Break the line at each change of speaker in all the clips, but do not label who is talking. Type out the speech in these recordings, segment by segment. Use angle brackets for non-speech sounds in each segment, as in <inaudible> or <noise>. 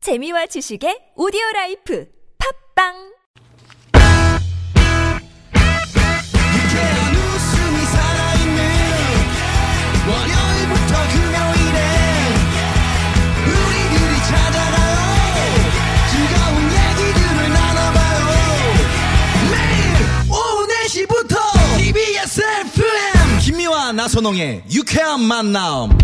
재미와 지식의 오디오 라이프 팝빵
유쾌한 웃음이 살아있는 월요일부터 금요일에 우리들이 찾아가요 즐거운 얘기들을 나눠봐요 매일 오후 4시부터 TBS FM 김미와 나선홍의 유쾌한 만남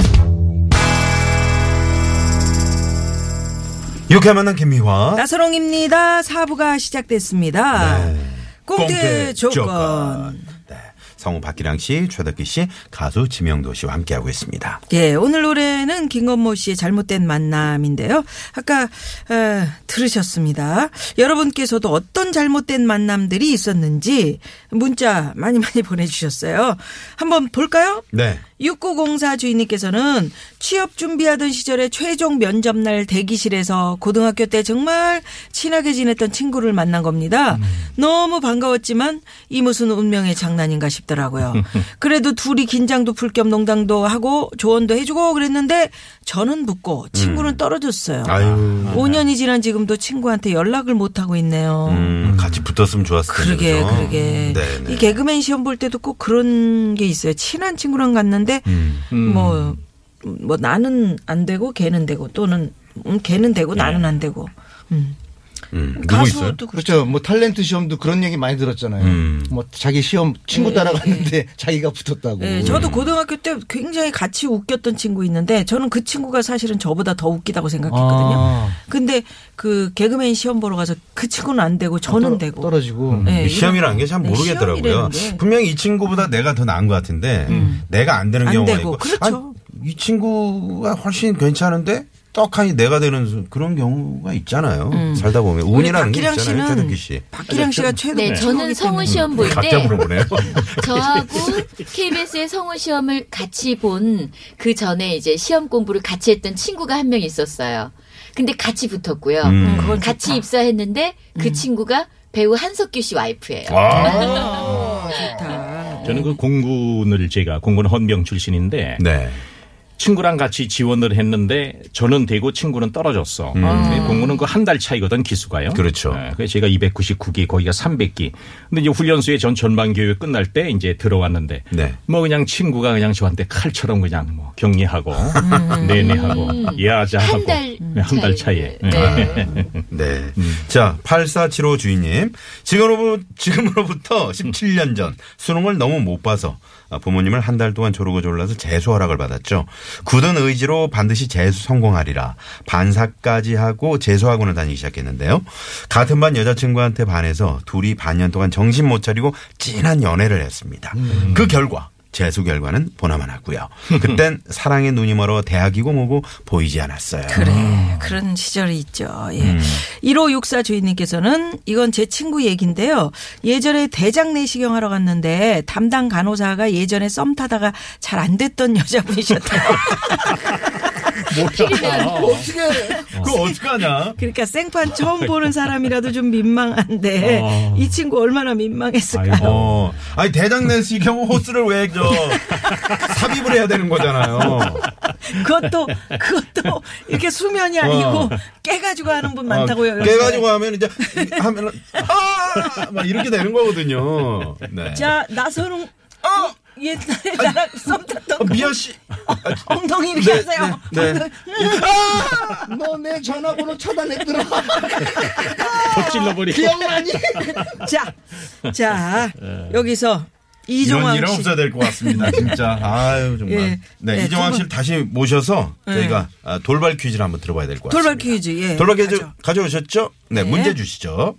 유쾌한 만남
어?
김미화.
나서롱입니다. 사부가 시작됐습니다. 네. 꽁트, 조건.
네. 성우 박기량 씨, 최덕기 씨, 가수 지명도 씨와 함께하고 있습니다.
예, 오늘 노래는 김건모 씨의 잘못된 만남인데요. 아까 에, 들으셨습니다. 여러분께서도 어떤 잘못된 만남들이 있었는지 문자 많이 많이 보내주셨어요. 한번 볼까요?
네.
6904 주인님께서는 취업 준비하던 시절에 최종 면접날 대기실에서 고등학교 때 정말 친하게 지냈던 친구를 만난 겁니다.
음.
너무 반가웠지만 이 무슨 운명의 장난인가
<laughs>
싶더라고요. 그래도 둘이 긴장도 풀 겸 농담도 하고 조언도 해주고 그랬는데 저는 붙고 친구는 떨어졌어요.
음. 아유.
5년이 지난 지금도 친구한테 연락을 못하고 있네요.
음, 같이 붙었으면 좋았을 텐데.
그러게
그죠?
그러게
네, 네.
이 개그맨 시험 볼 때도 꼭 그런 게 있어요 친한 친구랑 갔는데
음.
음.
뭐 뭐 나는 안 되고 걔는 되고 또는 음, 걔는 되고 나는 안 되고 음.
음.
가수도
네. 있어요?
그렇죠. 뭐 탤런트 시험도 그런 얘기 많이 들었잖아요.
음.
뭐 자기 시험 친구 따라갔는데 자기가 붙었다고.
예, 저도 고등학교 때 굉장히 같이 웃겼던 친구 있는데 저는 그 친구가 사실은 저보다 더 웃기다고 생각했거든요.
아.
근데 그 개그맨 시험 보러 가서 그 친구는 안 되고 저는
떨어-
되고
떨어지고.
예,
이 시험이라는 게 잘
네,
모르겠더라고요.
시험이라는 게. 음.
분명히 이 친구보다 내가 더 나은 것 같은데 내가 안 되는
안
경우가
되고,
있고.
그렇죠.
아니, 이 친구가 훨씬 괜찮은데 떡하니 내가 되는 수- 그런 경우가 있잖아요. 살다 보면
음. 우리
운이라는 게
박기량
있잖아요. 최덕기
씨는
씨.
박기량 씨가 최고
네, 저는 성우
음.
시험 볼
각자
때
<laughs>
물어보네요.
저하고 KBS의 성우 시험을 같이 본 그 전에 이제 시험 공부를 같이 했던 친구가 한 명 있었어요. 근데 같이 붙었고요.
음. 그건 음.
같이 입사했는데 그 친구가 배우 한석규 씨 와이프예요.
아.
저는 그 공군을 제가 공군 헌병 출신인데
네.
친구랑 같이 지원을 했는데 저는 되고 친구는 떨어졌어. 근데 공군은 그 한 달 차이거든 기수가요.
음. 그렇죠.
예, 그래서 제가 299기 거기가 300기. 근데 이제 훈련소에 전 전반 교육 끝날 때 이제 들어왔는데
네.
뭐 그냥 친구가 그냥 저한테 칼처럼 그냥 뭐 격리하고 내내하고 야자하고
한달
음. 한 달 차이에. 예.
네.
네. 자, 8475 주인님. 지금으로부터, 지금으로부터 17년 전 수능을 너무 못 봐서 아, 부모님을 한 달 동안 조르고 졸라서 재수 허락을 받았죠. 굳은 의지로 반드시 재수 성공하리라 반사까지 하고 재수학원을 다니기 시작했는데요. 같은 반 여자친구한테 반해서 둘이 반년 동안 정신 못 차리고 진한 연애를 했습니다. 그 결과 재수 결과는 보나마 났고요. 그땐 사랑의 눈이 멀어 대학이고 뭐고 보이지 않았어요.
그래 그런 시절이 있죠. 예.
음.
1564 주인님께서는 이건 제 친구 얘긴데요. 예전에 대장 내시경 하러 갔는데 담당 간호사가 예전에 썸 타다가 잘 안 됐던 여자분이셨대요. <laughs>
그거 어떡하냐?
그러니까 생판 처음 보는 사람이라도 좀 민망한데
아.
이 친구 얼마나 민망했을까.
아이고.
어. 아니 대장내시 경우 호스를 왜 저 삽입을 해야 되는 거잖아요. 어.
그것도 그것도 이렇게 수면이 아니고 깨가지고 하는 분 많다고요.
어, 깨가지고 하면 이제 하면 아! 막 이렇게 되는 거거든요. 네.
자 나선홍 어 옛날에 나랑 썸 탔던
어,
거.
미아 씨.
엉덩이 이렇게 하세요.
네. 네.
너 내 전화번호 차단했더라.
더 찔러버리고.
기억나니?
자, 자 여기서
네. 이런
이종황
일은
씨. 네.
없어야 될 것 같습니다. 진짜. 아유 정말.
예.
네,
네,
이정환
두 분.
씨를 다시 모셔서 저희가 아, 돌발 퀴즈를 한번 들어봐야 될 것 같습니다.
돌발 퀴즈. 예.
돌발 퀴즈
가죠.
가져오셨죠? 네,
네.
문제 주시죠.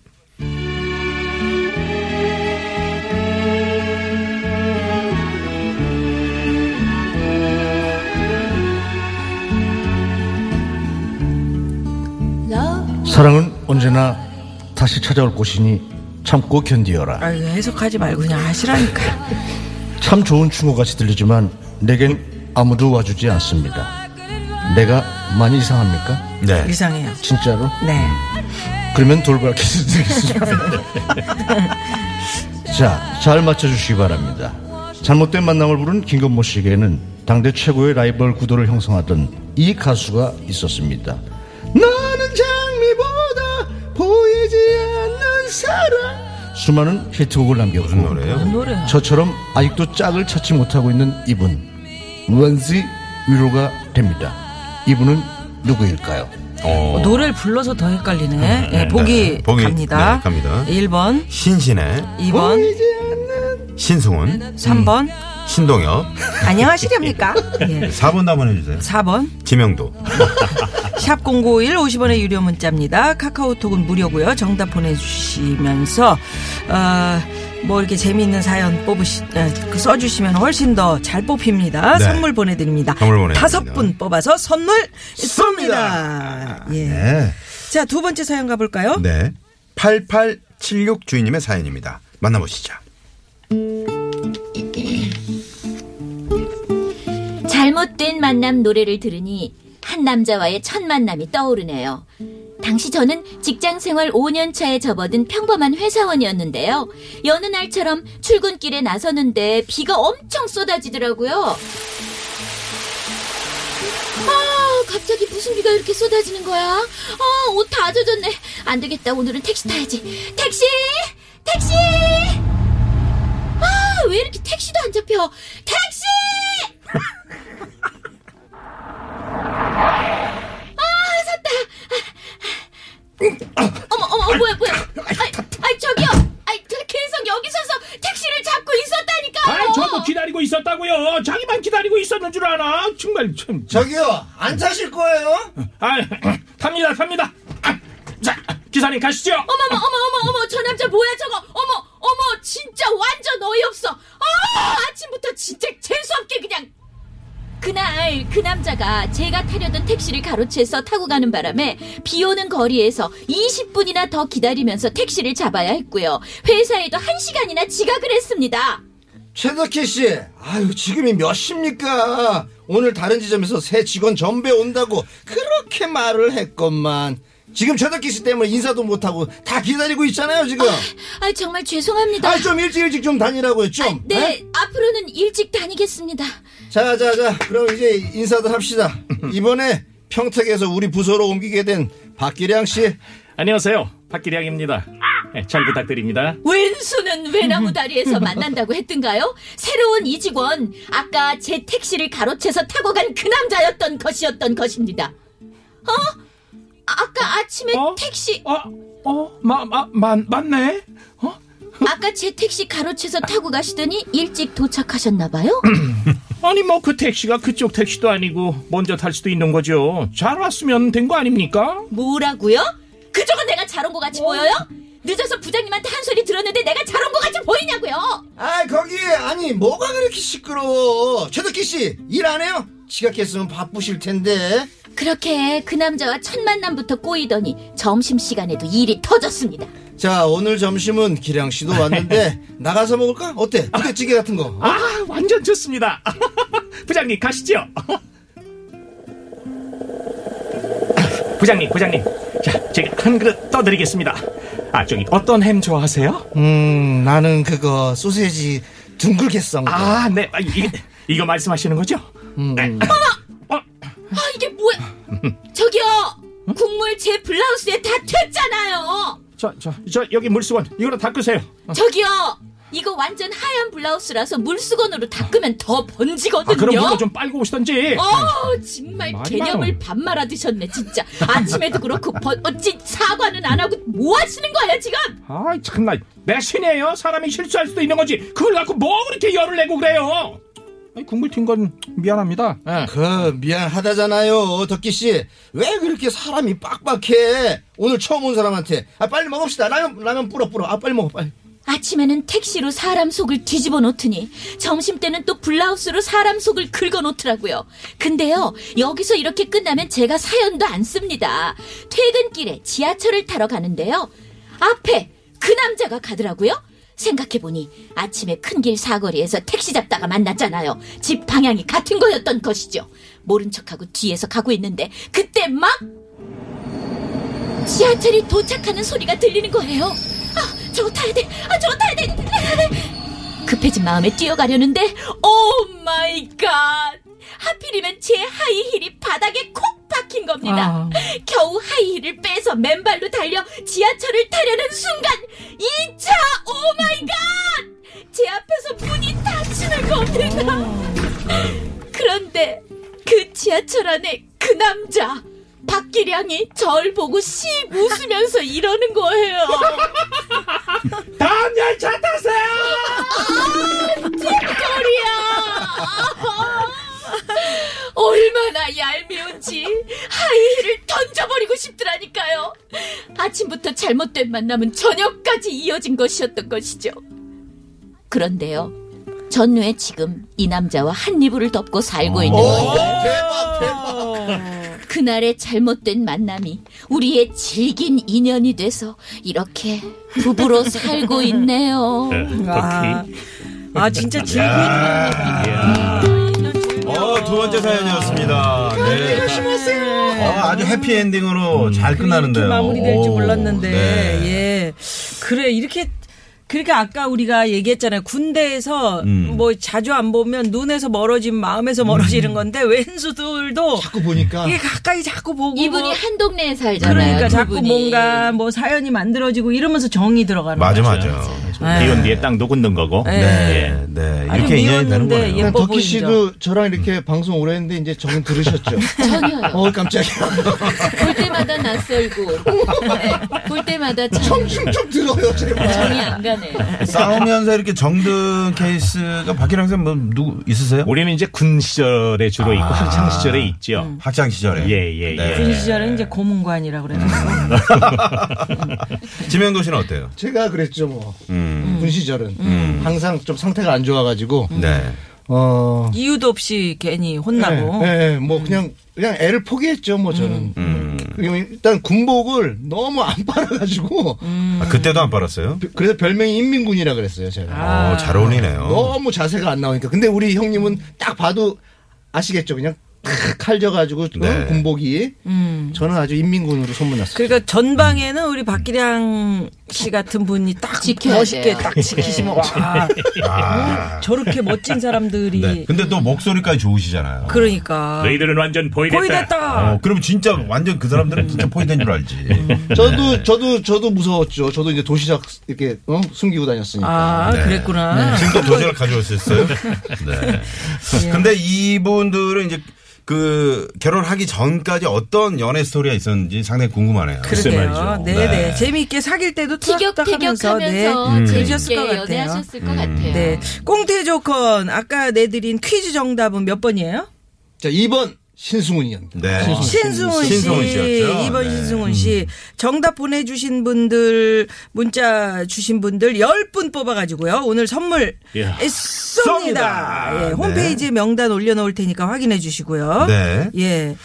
사랑은 언제나 다시 찾아올 곳이니 참고 견디어라.
아유, 해석하지 말고 그냥 하시라니까.
참 좋은 충고같이 들리지만 내겐 아무도 와주지 않습니다. 내가 많이 이상합니까?
네.
이상해요.
진짜로?
네.
그러면 돌발 퀴즈 드리겠습니다. <laughs> 자, 잘 맞춰주시기 바랍니다. 잘못된 만남을 부른 김건모 씨에게는 당대 최고의 라이벌 구도를 형성하던 이 가수가 있었습니다. 나는 잘 보이지 않는 사랑 수많은 히트곡을 남겼고
무슨 노래예요?
노래야.
저처럼 아직도 짝을 찾지 못하고 있는 이분 원시 위로가 됩니다. 이분은 누구일까요?
어,
노래를 불러서 더 헷갈리네. 예,
네.
보기,
보기,
갑니다.
네, 갑니다.
1번,
신신의
2번,
신승훈,
3번.
음. 신동엽, <laughs>
안녕하시렵니까? 예.
4번도 한번 해주세요.
4번.
지명도.
샵 0951 50원의 유료 문자입니다. 카카오톡은 무료고요. 정답 보내주시면서 어, 뭐 이렇게 재미있는 사연 뽑으시 에, 그 써주시면 훨씬 더 잘 뽑힙니다.
네.
선물 보내드립니다.
선물 보내드립니다.
다섯 분 뽑아서 선물
쏩니다.
쏩니다. 예.
네.
자 두 번째 사연 가볼까요?
네. 8876 주인님의 사연입니다. 만나보시죠.
잘못된 만남 노래를 들으니 한 남자와의 첫 만남이 떠오르네요. 당시 저는 직장 생활 5년 차에 접어든 평범한 회사원이었는데요. 여느 날처럼 출근길에 나서는데 비가 엄청 쏟아지더라고요. 아, 갑자기 무슨 비가 이렇게 쏟아지는 거야? 아, 옷 다 젖었네. 안 되겠다. 오늘은 택시 타야지. 택시! 택시! 아, 왜 이렇게 택시도 안 잡혀? 택시! 아, 어머 어머 어, 뭐야 뭐야 아이, 아이 저기요 아이 저 계속 여기 서서 택시를 잡고 있었다니까요
아, 저도 기다리고 있었다고요. 자기만 기다리고 있었는 줄 아나? 정말 참.
저기요, 안 타실 거예요?
아, <clears throat> 탑니다, 탑니다. <clears throat> 아, 자, 기사님 가시죠.
어머 어머 어머 어머 저 남자 뭐야 저거 어머 어머 진짜 완전 어이없어 아 아침부터 진짜 재수없게 그냥 그날 그 남자가 제가 타려던 택시를 가로채서 타고 가는 바람에 비 오는 거리에서 20분이나 더 기다리면서 택시를 잡아야 했고요 회사에도 1시간이나 지각을 했습니다
최덕희 씨, 아유, 지금이 몇 시입니까? 오늘 다른 지점에서 새 직원 전배 온다고 그렇게 말을 했건만. 지금 최덕희 씨 때문에 인사도 못하고 다 기다리고 있잖아요, 지금.
아 정말 죄송합니다
아, 좀 일찍 일찍 좀 다니라고요, 좀.
아, 네, 앞으로는 일찍 다니겠습니다.
자, 자, 자. 그럼 이제 인사도 합시다. <laughs> 이번에 평택에서 우리 부서로 옮기게 된 박기량 씨.
안녕하세요. 박기량입니다. 네, 잘 부탁드립니다.
왼수는 외나무 다리에서 만난다고 했던가요? 새로운 이 직원, 아까 제 택시를 가로채서 타고 간 그 남자였던 것이었던 것입니다. 어? 아, 아까 아침에
어?
택시,
어, 어, 마, 마, 마, 맞네. 어?
아까 제 택시 가로채서 타고 가시더니 일찍 도착하셨나봐요?
아니 뭐 그 택시가 그쪽 택시도 아니고 먼저 탈 수도 있는 거죠. 잘 왔으면 된 거 아닙니까?
뭐라고요? 그쪽은 내가 잘 온 것 같이 보여요? 늦어서 부장님한테 한 소리 들었는데 내가 잘 온 것 같이 보이냐고요?
아, 거기 아니 뭐가 그렇게 시끄러워? 최덕기 씨 일 안 해요? 지각했으면 바쁘실 텐데.
그렇게 그 남자와 첫 만남부터 꼬이더니 점심시간에도 일이 터졌습니다.
자, 오늘 점심은 기량 씨도 <laughs> 왔는데 나가서 먹을까? 어때? 부대찌개 같은 거.
아 완전 좋습니다. <laughs> 부장님 가시죠. <laughs> 부장님, 부장님. 자, 제가 한 그릇 떠드리겠습니다. 아, 저기 어떤 햄 좋아하세요?
음, 나는 그거 소세지 둥글게 썬 거.
아, 네. 아, 이, 이거 말씀하시는 거죠?
음.
네.
아 이게 뭐야? 저기요
어?
국물 제 블라우스에 다 튀었잖아요.
저, 저, 저 여기 물수건 이걸로 닦으세요.
저기요 이거 완전 하얀 블라우스라서 물수건으로 닦으면 더
아, 그럼
번지거든요.
물로 좀 빨고 오시던지.
어 정말
많이
개념을
많아.
밥 말아 드셨네 진짜. 아침에도 그렇고 번, 어찌 사과는 안 하고 뭐 하시는 거예요 지금?
아, 참나. 내 신이에요. 사람이 실수할 수도 있는 거지. 그걸 갖고 뭐 그렇게 열을 내고 그래요? 아니, 국물 튄 건 미안합니다.
네.
예.
그 미안하다잖아요, 덕기 씨. 왜 그렇게 사람이 빡빡해? 오늘 처음 온 사람한테. 아, 빨리 먹읍시다. 라면 라면 뿌려 뿌려. 아, 빨리 먹어, 빨리.
아침에는 택시로 사람 속을 뒤집어 놓더니 점심 때는 또 블라우스로 사람 속을 긁어 놓더라고요. 근데요 여기서 이렇게 끝나면 제가 사연도 안 씁니다. 퇴근길에 지하철을 타러 가는데요 앞에 그 남자가 가더라고요. 생각해보니 아침에 큰 길 사거리에서 택시 잡다가 만났잖아요. 집 방향이 같은 거였던 것이죠. 모른 척하고 뒤에서 가고 있는데 그때 막 지하철이 도착하는 소리가 들리는 거예요. 아, 저거 타야 돼. 아, 저거 타야 돼. 타야 돼. 급해진 마음에 뛰어가려는데, oh 오 마이 갓. 하필이면 제 하이힐이 바닥에 콕 박혀 막힌 겁니다. 겨우 하이힐을 빼서 맨발로 달려 지하철을 타려는 순간 이 차 오마이갓! 제 앞에서 문이 닫히는 겁니다. 그런데 그 지하철 안에 그 남자 박기량이 절 보고 씩 웃으면서 이러는 거예요.
다음 열차 타세요!
뒷거리야. 얼마나 얄미운지 하이힐을 던져버리고 싶더라니까요. 아침부터 잘못된 만남은 저녁까지 이어진 것이었던 것이죠. 그런데요. 전우에 지금 이 남자와 한 이불을 덮고 살고 있는 거예요.
대박 대박.
그날의 잘못된 만남이 우리의 질긴 인연이 돼서 이렇게 부부로 살고 있네요.
아, 아 진짜 즐거운
어, 두 번째 사연이었습니다. 네. 어, 아주 해피 엔딩으로 잘 끝나는데요.
이렇게 마무리될 줄
오,
몰랐는데
네.
예 그래 이렇게 그러니까 아까 우리가 얘기했잖아요 군대에서
음.
뭐 자주 안 보면 눈에서 멀어진 마음에서 멀어지는 건데 왼수들도
자꾸 그 보니까
이게 가까이 자꾸 보고
이분이
뭐
한 동네에 살잖아요.
그러니까
두
자꾸
분이.
뭔가 뭐 사연이 만들어지고 이러면서 정이 들어가는 예.
맞아
거죠. 예.
맞아.
네.
비온 뒤에 땅도 굳는 거고.
네. 네.
아주
이렇게 인연이 되는
미웠는데
거예요.
예뻐
덕희
뭐 보이죠.
씨도 저랑 이렇게 방송 오래 했는데 이제 정 들으셨죠?
전혀요.
음. <laughs> 어 깜짝이야.
볼 때마다 낯설고
<laughs>
네, 볼 때마다 참
<laughs> 좀 들어요 제발.
정이 안 가네요.
예. <laughs>
싸우면서 이렇게 정든 케이스가 박기랑 선생님 뭐 누구 있으세요?
우리는 이제 군 시절에 주로
아.
있고 학창 시절에 있죠.
학창 시절에.
예, 예,
네.
예.
군 시절은 그 이제 고문관이라 그래요.
음. 지명도 씨는 어때요?
제가 그랬죠 뭐.
음.
음.
군 시절은 항상 좀 상태가 안 좋아가지고
네.
어
이유도 없이 괜히 혼나고.
예, 예, 뭐 그냥 그냥 애를 포기했죠 뭐
음.
저는.
음.
그리고 일단 군복을 너무 안 빨아가지고
음.
아, 그때도 안 빨았어요?
그래서 별명이 인민군이라 그랬어요 제가.
아.
어, 잘 어울리네요.
너무 자세가 안 나오니까. 근데 우리 형님은 딱 봐도 아시겠죠 그냥 탁 칼져가지고 어,
네.
군복이.
음.
저는 아주 인민군으로 소문났어요.
그러니까 전방에는 우리 박기량 씨 같은 분이 딱
지켜야
멋있게
돼요.
딱
<laughs>
지키시면
네.
와
아.
저렇게 멋진
<laughs>
사람들이
예.
네. 근데 또 목소리까지 좋으시잖아요.
그러니까
너희들은 완전 보이겠다.
보이됐다.
어, 그럼 진짜 완전 그 사람들은
음.
진짜 포인트인 줄 알지.
예.
그-
저도 저도 저도 무서웠죠. 저도 이제 도시락 이렇게 어? 숨기고 다녔으니까.
아 그랬구나.
지금 또 도시락 가져오셨어요? 네.
예.
근데 이분들은 이제 그 결혼하기 전까지 어떤 연애 스토리가 있었는지 상당히 궁금하네요.
그러게요.
말이죠.
네네 재미있게 사귈 때도 투닥투닥하면서 네
티격태격하면서
즐기셨을
재밌게
것 같아요.
연애하셨을 것 같아요.
네 꽁태 조건 아까 내드린 퀴즈 정답은 몇 번이에요?
자, 2번 신승훈이었는데.
네.
신승훈 씨,
신승훈 씨였죠.
이번
네.
신승훈 씨 정답 보내주신 분들 문자 주신 분들 10분 뽑아가지고요 오늘 선물
이야.
쏩니다. 예, 홈페이지에 명단 올려놓을 테니까 확인해 주시고요.
네.
예.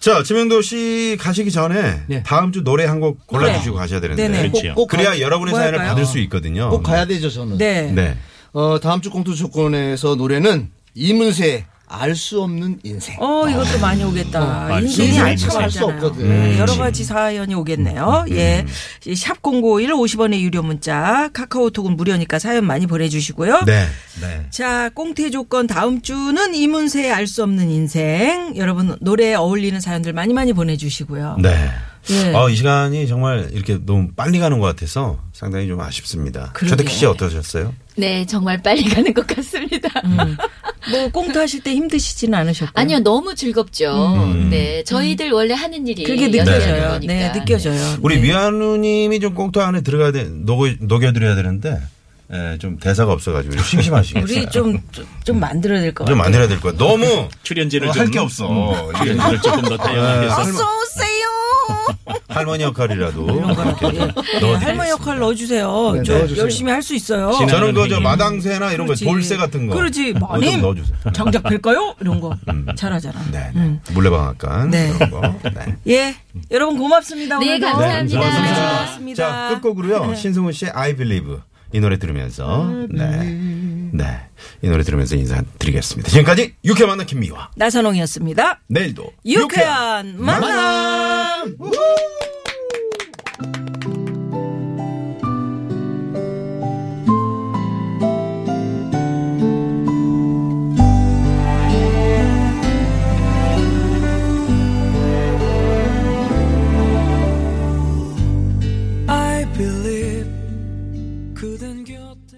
자, 지명도 씨 가시기 전에
네.
다음 주 노래 한 곡 골라주시고 가셔야 되는데.
네네.
그렇죠.
꼭
그래야
가-
여러분의
뭐
사연을
할까요?
받을 수 있거든요.
꼭 가야 되죠, 저는.
네.
네.
어, 다음 주 공투 조건에서 노래는 이문세의 알 수 없는 인생.
어, 이것도 많이 오겠다. 인생이
인생이 알 수
알차하잖아요 네,
없거든.
여러 가지 사연이 오겠네요. 예. 샵 0951 50원의 유료 문자, 카카오톡은 무료니까 사연 많이 보내주시고요.
네. 네.
자, 꽁태 조건 다음 주는 이문세의 알 수 없는 인생. 여러분, 노래에 어울리는 사연들 많이 많이 보내주시고요.
네.
예.
어, 이 시간이 정말 이렇게 너무 빨리 가는 것 같아서 상당히 좀 아쉽습니다. 최덕희 씨 어떠셨어요?
네, 정말 빨리 가는 것 같습니다.
뭐, 꽁태 하실 때 힘드시지는 않으셨고요.
<laughs> 아니요, 너무 즐겁죠. 네, 저희들 원래 하는 일이
음. 그게
연애하는
느껴져요.
거니까.
네, 느껴져요.
우리 미아누님이 좀 꽁트 안에 들어가야 돼, 녹여, 녹여드려야 되는데, 예, 좀 대사가 없어가지고 좀 심심하시겠어요.
우리 좀, 좀- 좀 만들어야 네. 될 것
네. 좀
같아요.
만들어야 될 거야. 너무
출연진을 좀 음.
할 게 없어. 이게
아,
출연진을 조금 더
네.
다양하게.
할머- 네. 할머니 역할이라도. 이렇게 좀
네,
넣어드리겠습니다.
할머니 역할 넣어주세요.
네,
저
넣어주세요.
열심히 할 수 있어요.
저는 그저 마당새나 이런 거
그렇지.
돌쇠 같은 거.
그렇지.
어, 좀
마님.
넣어주세요.
장작 팰까요? 이런 거 잘하잖아.
네, 네. 물레방앗간
음. 네.
그런 거. 네.
예, 여러분 고맙습니다.
네,
오늘도.
감사합니다.
고맙습니다. 네.
자 끝곡으로요 신승훈 씨의 I Believe 이 노래 들으면서 네. 네네이 노래 들으면서 인사드리겠습니다. 지금까지 유쾌 만남 김미화
나선홍이었습니다.
내일도
유쾌한 만남.
내
빌립 그댄 곁에